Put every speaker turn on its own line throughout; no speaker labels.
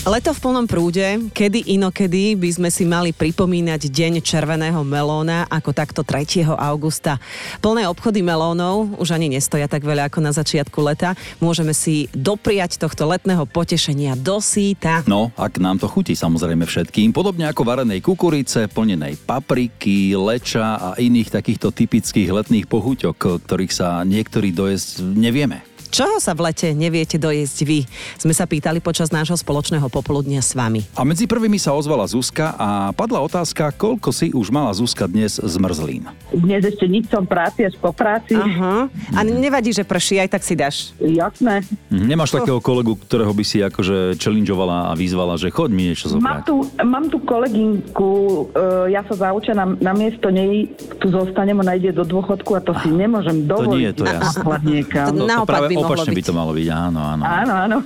Leto v plnom prúde, kedy inokedy by sme si mali pripomínať Deň červeného melóna ako takto 3. augusta. Plné obchody melónov už ani nestoja tak veľa ako na začiatku leta. Môžeme si dopriať tohto letného potešenia do síta.
No, ak nám to chutí samozrejme všetkým, podobne ako varenej kukurice, plnenej papriky, leča a iných takýchto typických letných pochuťok, ktorých sa niektorí dojesť nevieme.
Čoho sa v lete neviete dojesť vy? Sme sa pýtali počas nášho spoločného popoludnia s vami.
A medzi prvými sa ozvala Zuzka a padla otázka, koľko si už mala Zuzka dnes zmrzlín.
Dnes ešte nič som práci, až po práci.
Aha. A nevadí, že prší, aj tak si dáš.
Jasné.
Mhm,
No.
Nemáš takého kolegu, ktorého by si akože challengeovala a vyzvala, že choď mi niečo
Mám
zobrať.
tu, mám tu kolegynku, e, ja sa zaučená na miesto nej, tu zostanem, ona ide do dôchodku a to si nemôžem dovoliť.
nie je to
ísť
jasné.
zaslať niekam.
No, To- Naopak
práve
by mohlo
opačne by
byť.
to malo byť, áno, áno.
Áno, áno.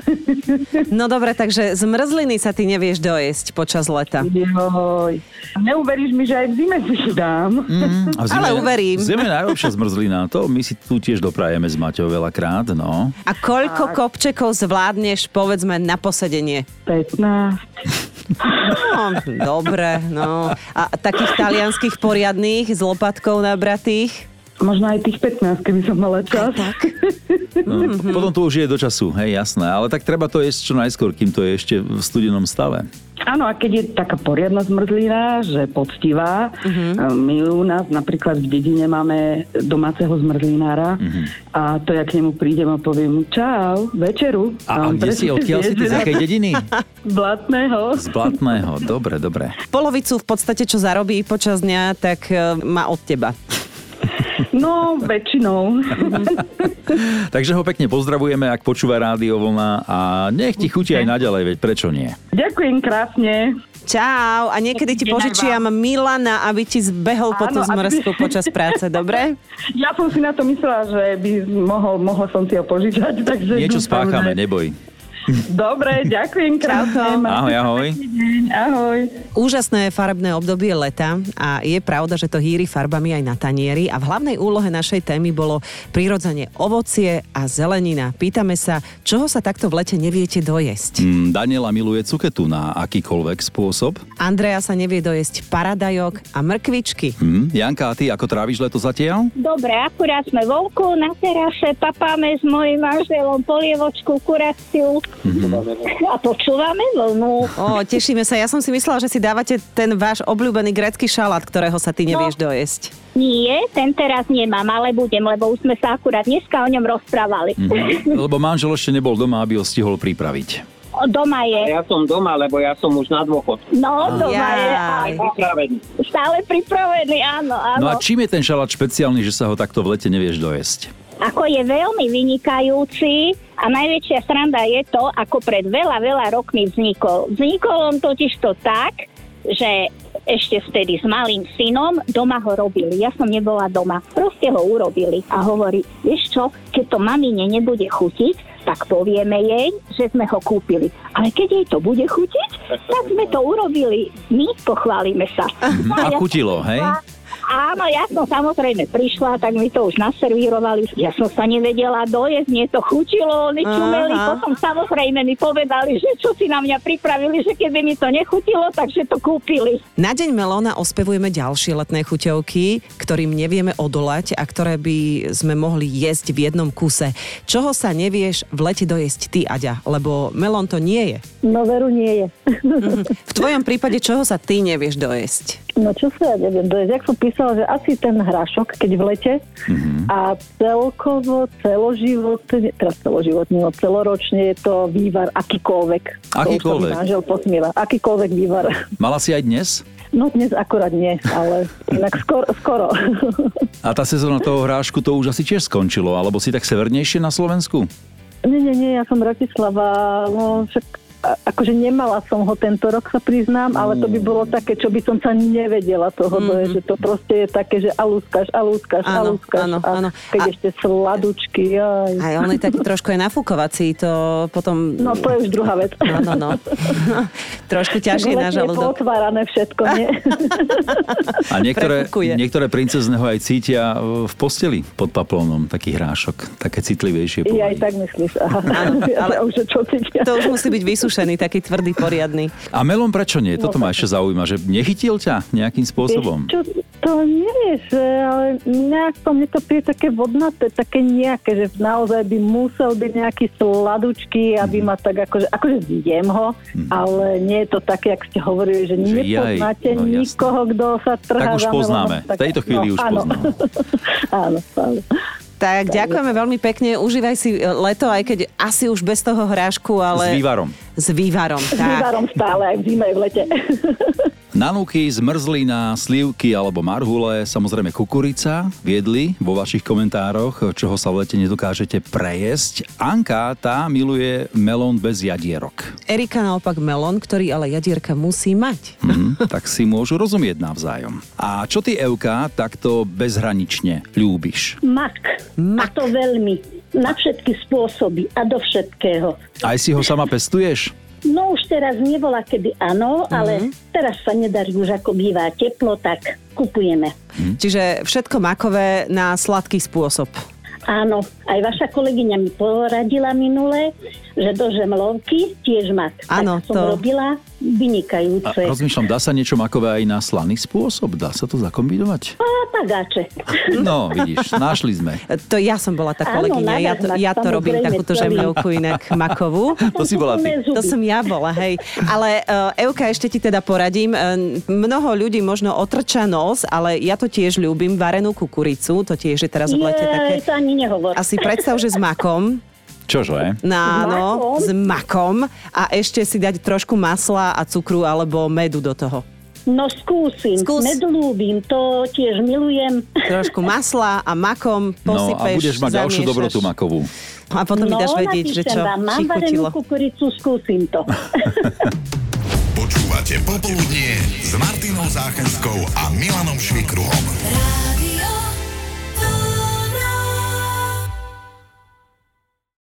No dobre, takže zmrzliny sa ty nevieš dojesť počas leta.
Joj. Neuveríš mi, že aj v zime si dám.
Mm, a v
Ale uverím.
V zime je najlepšia zmrzlina, to my si tu tiež doprajeme s Maťou veľakrát, no.
A koľko kopčekov zvládneš, povedzme, na posedenie?
15.
No, dobre, no. A takých talianských poriadných s lopatkou nabratých?
Možno aj tých 15, keby som mala čas.
No,
Mhm.
Potom to už je do času, hej, jasné. Ale tak treba to jesť čo najskôr, kým to je ešte v studenom stave.
Áno, a keď je taká poriadna zmrzlina, že poctivá,
Mhm.
uh-huh. my u nás napríklad v dedine máme domáceho zmrzlinára
Mhm.
uh-huh. a to ja k nemu prídem a poviem mu, čau, večeru.
A, a
on
kde si,
presne
odkiaľ si ty,
vie,
z
že-
akej dediny?
Blatného.
Z Blatného, dobre, dobre.
Polovicu v podstate, čo zarobí počas dňa, tak e, má od teba.
No, väčšinou.
Mhm.
Takže ho pekne pozdravujeme, ak počúva Rádio Vlna a nech ti chutí aj naďalej, veď prečo nie?
Ďakujem krásne.
Čau a niekedy ti
Deň aj
požičiam Milana, aby ti zbehol po
Áno,
tú
aby-
zmrzku počas práce, dobre?
Ja som si na to myslela, že by mohol, mohol som si ho požičať. Takže
Niečo
dúfam,
spáchame,
že-
neboj.
Dobre, ďakujem krásne. Majte
Ahoj, ahoj.
pekný deň. Ahoj.
Úžasné farebné obdobie leta a je pravda, že to hýri farbami aj na tanieri a v hlavnej úlohe našej témy bolo prirodzene ovocie a zelenina. Pýtame sa, čoho sa takto v lete neviete dojesť.
Mm, Daniela miluje cuketu na akýkoľvek spôsob.
Andrea sa nevie dojesť paradajok a mrkvičky.
Hm, Janka, a ty ako tráviš leto zatiaľ?
Dobre, akurát sme vonku na terase, papáme s mojim manželom polievočku, kuraciu a počúvame vlnu.
O, tešíme sa. Ja som si myslela, že si dávate ten váš obľúbený grécky šalát, ktorého sa ty nevieš dojesť.
Nie, ten teraz nemám, ale budem, lebo už sme sa akurát dneska o ňom rozprávali.
Lebo manžel ešte nebol doma, aby ho stihol pripraviť.
O, Doma je.
Ja som doma, lebo ja som už na dôchodku.
No, doma je.
Jaj.
áno.
Pripravený.
Stále pripravený, áno, áno.
No a čím je ten šalát špeciálny, že sa ho takto v lete nevieš dojesť?
Ako je veľmi vynikajúci a najväčšia sranda je to, ako pred veľa, veľa rokmi vznikol. Vznikol on totiž to tak, že ešte vtedy s malým synom doma ho robili. Ja som nebola doma. Proste ho urobili a hovorí, vieš čo, keď to mamine nebude chutiť, tak povieme jej, že sme ho kúpili. Ale keď jej to bude chutiť, tak sme to urobili. My pochválime sa. No
A
ja-
chutilo, hej?
Áno, ja som samozrejme prišla, tak mi to už naservírovali. Ja som sa nevedela dojesť, mne to chutilo, oni
Aha.
čumeli, potom samozrejme mi povedali, že čo si na mňa pripravili, že keby mi to nechutilo, takže to kúpili.
Na Deň melóna ospevujeme ďalšie letné chuťovky, ktorým nevieme odolať a ktoré by sme mohli jesť v jednom kuse. Čoho sa nevieš v lete dojesť ty, Aďa? Lebo melón to nie je.
No veru nie je.
V tvojom prípade, čoho sa ty nevieš dojesť?
No čo sa ja neviem dojesť. Jak som písala, že asi ten hrášok, keď v lete a celkovo, celoživotne, teraz celoživotne, no celoročne je to vývar akýkoľvek. To už sa
Akýkoľvek.
mi manžel posmieva. Akýkoľvek vývar.
Mala si aj dnes?
No dnes akorát nie, ale inak skoro. skoro.
A tá sezóna toho hrášku to už asi tiež skončilo, alebo si tak severnejšie na Slovensku?
nie, nie, nie, ja som Bratislava, no však akože nemala som ho tento rok, sa priznám, ale to by
Mm.
bolo také, čo by som sa nevedela toho, mm. je, že to proste je také, že alúskaš, alúskaš,
Mm-hmm. Áno,
alúskaš.
áno,
a
áno.
Keď
A-
ešte sladučky, aj.
Aj on je taký trošku aj nafúkovací, to potom...
No to je už druhá vec.
No, no, no. trošku ťažšie na
Letne je
žalúdok.
pootvárané všetko, nie?
A niektoré,
Prefúkuje.
niektoré princezného aj cítia e, v posteli pod paplónom, taký hrášok, také citlivejšie.
I aj
povahy.
tak myslíš. Aha.
ale-
Ale... Už, že čo cítia.
To už musí byť vysúšený, taký tvrdý, poriadny.
A melón prečo nie? Toto ma ešte zaujíma, že nechytil ťa nejakým spôsobom.
Vieš Čo, to nie je, že, ale nejak to mne to príde také vodnaté, také nejaké, že naozaj by musel byť nejaký sladučky, aby ma tak akože, akože zjem ho, ale nie je to také, jak ste hovorili, že,
Hm. Že jaj,
nepoznáte
no jasné.
nikoho, kto sa trhá
Tak už
za melónom.
poznáme. V
Tak- No,
tejto chvíli už
áno.
poznáme.
áno, áno.
Tak ďakujeme veľmi pekne, užívaj si e, leto, aj keď asi už bez toho hrášku, ale...
S vývarom.
S vývarom,
S
tak.
vývarom stále, aj v zime, aj v lete.
Nanúky, zmrzlina, slivky alebo marhule, samozrejme kukurica, viedli vo vašich komentároch, čoho sa v lete nedokážete prejesť. Anka, tá miluje melón bez jadierok.
Erika naopak melón, ktorý ale jadierka musí mať.
Hm, tak si môžu rozumieť navzájom. A čo ty, Euka, takto bezhranične ľúbiš?
Mak. A to veľmi. Na všetky spôsoby a do všetkého.
Aj si ho sama pestuješ?
No už teraz nebola kedy áno,
Mhm.
ale teraz sa nedarí už ako býva teplo, tak kupujeme.
Čiže všetko makové na sladký spôsob.
Áno, aj vaša kolegyňa mi poradila minule, že do žemlovky tiež mak.
Áno,
tak som
to-
robila
A
vynikajúce.
rozmýšľam, dá sa niečo makové aj na slaný spôsob? Dá sa to zakombinovať?
A pagáče.
No, vidíš, našli sme.
E, To ja som bola tá
Áno,
kolegyňa, ja to,
nadarmak,
ja to robím
samozrejme,
takúto
to viem.
žemľovku inak makovú.
To si bola ty.
To som ja bola, hej. Ale uh, Euka, ešte ti teda poradím. Eh, Mnoho ľudí možno otrča nos, ale ja to tiež ľúbim, varenú kukuricu, to tiež je teraz v lete také...
Jej, to ani nehovor.
Asi predstav, že s makom,
Čože?
na, áno,
makom?
s makom a ešte si dať trošku masla a cukru alebo medu do toho.
No skúsim,
Skús.
medľúbim, to tiež milujem.
Trošku masla a makom
No a
posypeš,
budeš mať ďalšiu
zamiešaš.
dobrotu makovú.
A potom mi dáš vedieť, že
No, napíšem
čo
vám, mám
ti
varenú
chutilo.
kukuricu, skúsim to.
Počúvate Popoludnie s Martinou Záchenskou a Milanom Švikruhom.
rádio.